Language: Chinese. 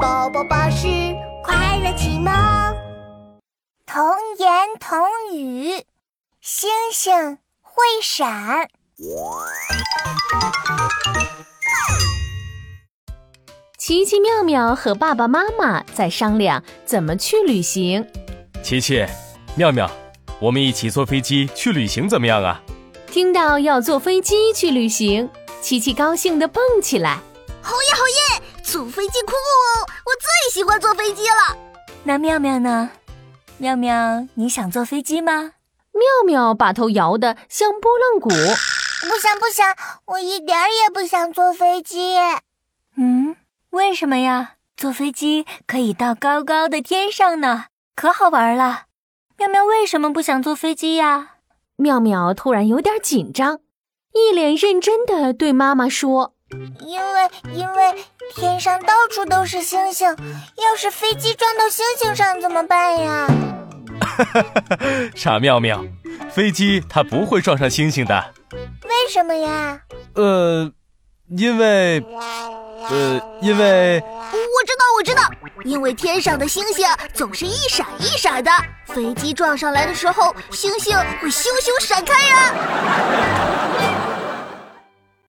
宝宝巴士快乐启蒙，童言童语，星星会闪。奇奇妙妙和爸爸妈妈在商量怎么去旅行。琪琪，妙妙，我们一起坐飞机去旅行怎么样啊？ 听到要坐飞机去旅行，琪琪高兴地蹦起来。好耶好耶！坐飞机酷哦，我最喜欢坐飞机了。那妙妙呢？妙妙，你想坐飞机吗？妙妙把头摇得像拨浪鼓。不想不想，我一点儿也不想坐飞机。嗯，为什么呀？坐飞机可以到高高的天上呢，可好玩了。妙妙为什么不想坐飞机呀？妙妙突然有点紧张，一脸认真地对妈妈说。因为因为天上到处都是星星，要是飞机撞到星星上怎么办呀？傻妙妙，飞机它不会撞上星星的。为什么呀？呃，因为，呃，因为我知道我知道，因为天上的星星总是一闪一闪的，飞机撞上来的时候，星星会咻咻闪开呀、